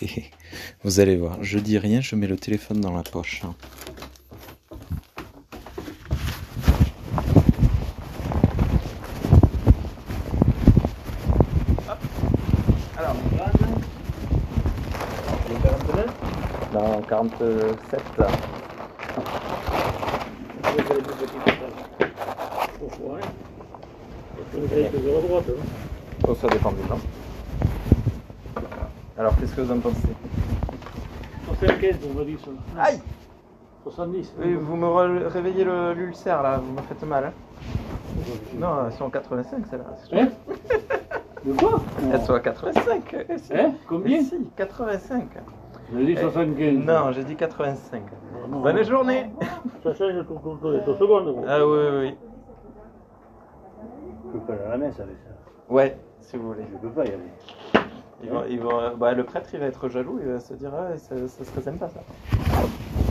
Vous allez voir, je dis rien, je mets le téléphone dans la poche. hein. Alors, les 42 Non, 47 là. Oh, ça dépend du temps. Alors, qu'est-ce que vous en pensez On fait à 15, on va dire ça. Aïe 70. Oui, Vous me re- réveillez le- l'ulcère là, vous me faites mal. Hein Eh, non, euh, elles sont à 85 celles-là. Hein De quoi Elles sont à 85 eh, si. Hein Eh, Combien si, 85 J'ai dit Eh, 75. Non, j'ai dit 85. Non, non. Bonne journée Ça change tout, tout, tout, tout seconde. gros. Ah oui, oui, Je peux pas aller à la messe avec ça. oui. Ouais, si vous voulez. Je peux pas y aller. Ils vont, ils vont, euh, bah, le prêtre, il va être jaloux, il va se dire, ah, ça, ça serait sympa ça.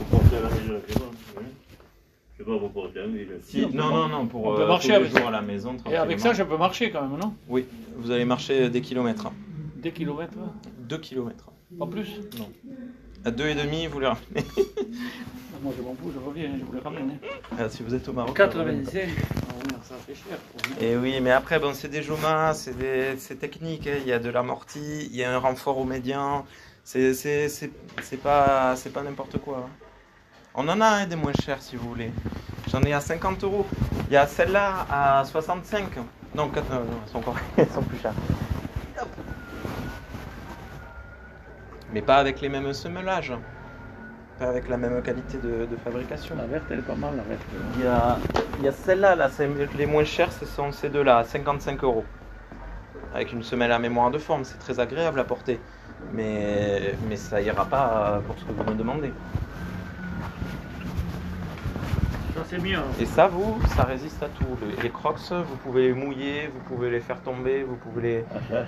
porter à la maison, c'est bon. hein. Je sais pas, vous portez à la maison. non, non, non, pour On peut euh, marcher tous les avec ça. jours à la Et maison. avec tranquillement. ça, je peux marcher quand même, non Oui, vous allez marcher des kilomètres. hein. Des kilomètres, Deux kilomètres. hein. pas plus. À deux et demi, vous les ramenez. Moi, je m'en fous, je reviens, je vous le ramène. hein. Ah, si vous êtes au Maroc. vous- 85. Oh merde, ça fait cher. pour moi. Et oui, mais après, bon, c'est des jomas, c'est des- c'est technique. hein. Il y a de l'amorti, il y a un renfort au médian. C'est c'est- c'est- c'est pas, c'est pas n'importe quoi. hein. On en a hein, des moins chers si vous voulez. J'en ai à 50 euros. Il y a celle-là à 65. Non, quatre- euh, non, elles sont encore elles sont plus chères. Hop. Mais pas avec les mêmes semelages. Pas avec la même qualité de, de fabrication. La verte, elle est pas mal, la verte. Il y a, il y a celle-là, là, c'est- les moins chères, ce sont ces deux-là, à 55 euros. Avec une semelle à mémoire de forme, c'est très agréable à porter. Mais, mais ça ira pas euh, pour ce que vous me demandez. Ça, c'est bien. Et ça, vous, ça résiste à tout. Les, les crocs, vous pouvez les mouiller, vous pouvez les faire tomber, vous pouvez les.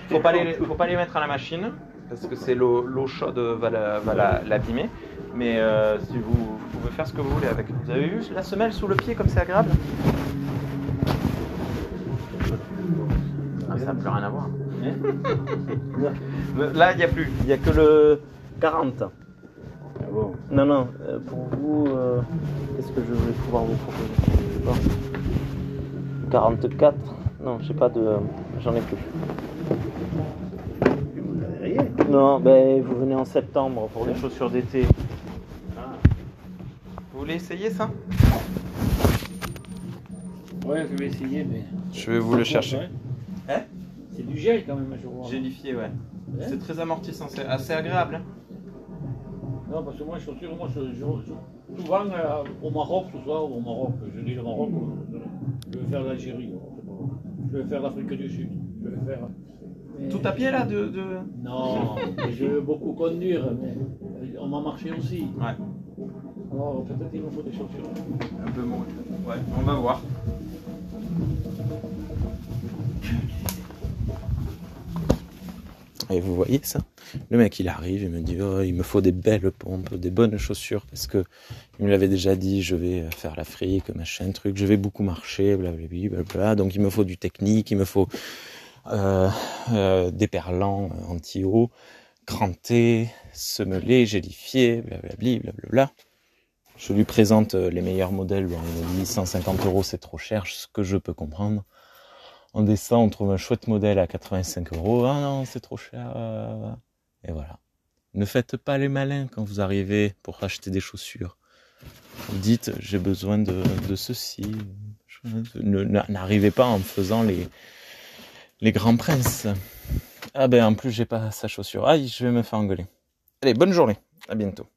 Faut pas les, faut pas les mettre à la machine, parce que c'est l'eau l'eau chaude va la- va la- l'abîmer. Mais euh, si vous, vous pouvez faire ce que vous voulez avec. Vous avez vu la semelle sous le pied, comme c'est agréable Ah, ça n'a plus rien à voir. Là, il n'y a plus. Il n'y a que le 40. Ah bon Non, non, euh, pour vous, euh, qu'est-ce que je vais pouvoir vous proposer Je sais pas. 44 Non, j'ai pas de. J'en ai plus. Vous avez rien. Non, ben vous venez en septembre pour les chaussures d'été. Ah. Vous voulez essayer ça Ouais, je vais essayer, mais. Je vais vous le chercher. Hein C'est du gel quand même, je vois. Gélifié, ouais. C'est très amortissant, c'est assez agréable. hein. Non, parce que moi, je suis sûr, moi, je, je- je- souvent euh, au Maroc, tout ça, au Maroc, je dis le Maroc, euh, je vais faire l'Algérie, je vais faire l'Afrique du Sud, je vais faire. mais- Tout à pied là de- de... Non, mais je veux beaucoup conduire, mais euh, on m'a marché aussi. Ouais. Alors peut-être il me faut des chaussures. Un peu moins. Ouais, on va voir. Et vous voyez ça Le mec il arrive, il me dit Oh, il me faut des belles pompes, des bonnes chaussures parce que il me l'avait déjà dit, je vais faire l'Afrique, machin, truc, je vais beaucoup marcher, blablabla, blablabla. Donc il me faut du technique, il me faut euh, euh, des perlants euh, anti-eau, crantés, semelés, gélifiés, blablabli, blablabla. Je lui présente euh, les meilleurs modèles. Bon, il me dit 150 euros, c'est trop cher, ce que je peux comprendre. On descend, on trouve un chouette modèle à 85 euros. Ah non, c'est trop cher. euh, Et voilà. Ne faites pas les malins quand vous arrivez pour acheter des chaussures. Vous dites, j'ai besoin de, de ceci. Je- ne- n- N'arrivez pas en faisant les, les grands princes. Ah ben, en plus, j'ai pas sa chaussure. Aïe, je vais me faire engueuler. Allez, bonne journée. À bientôt.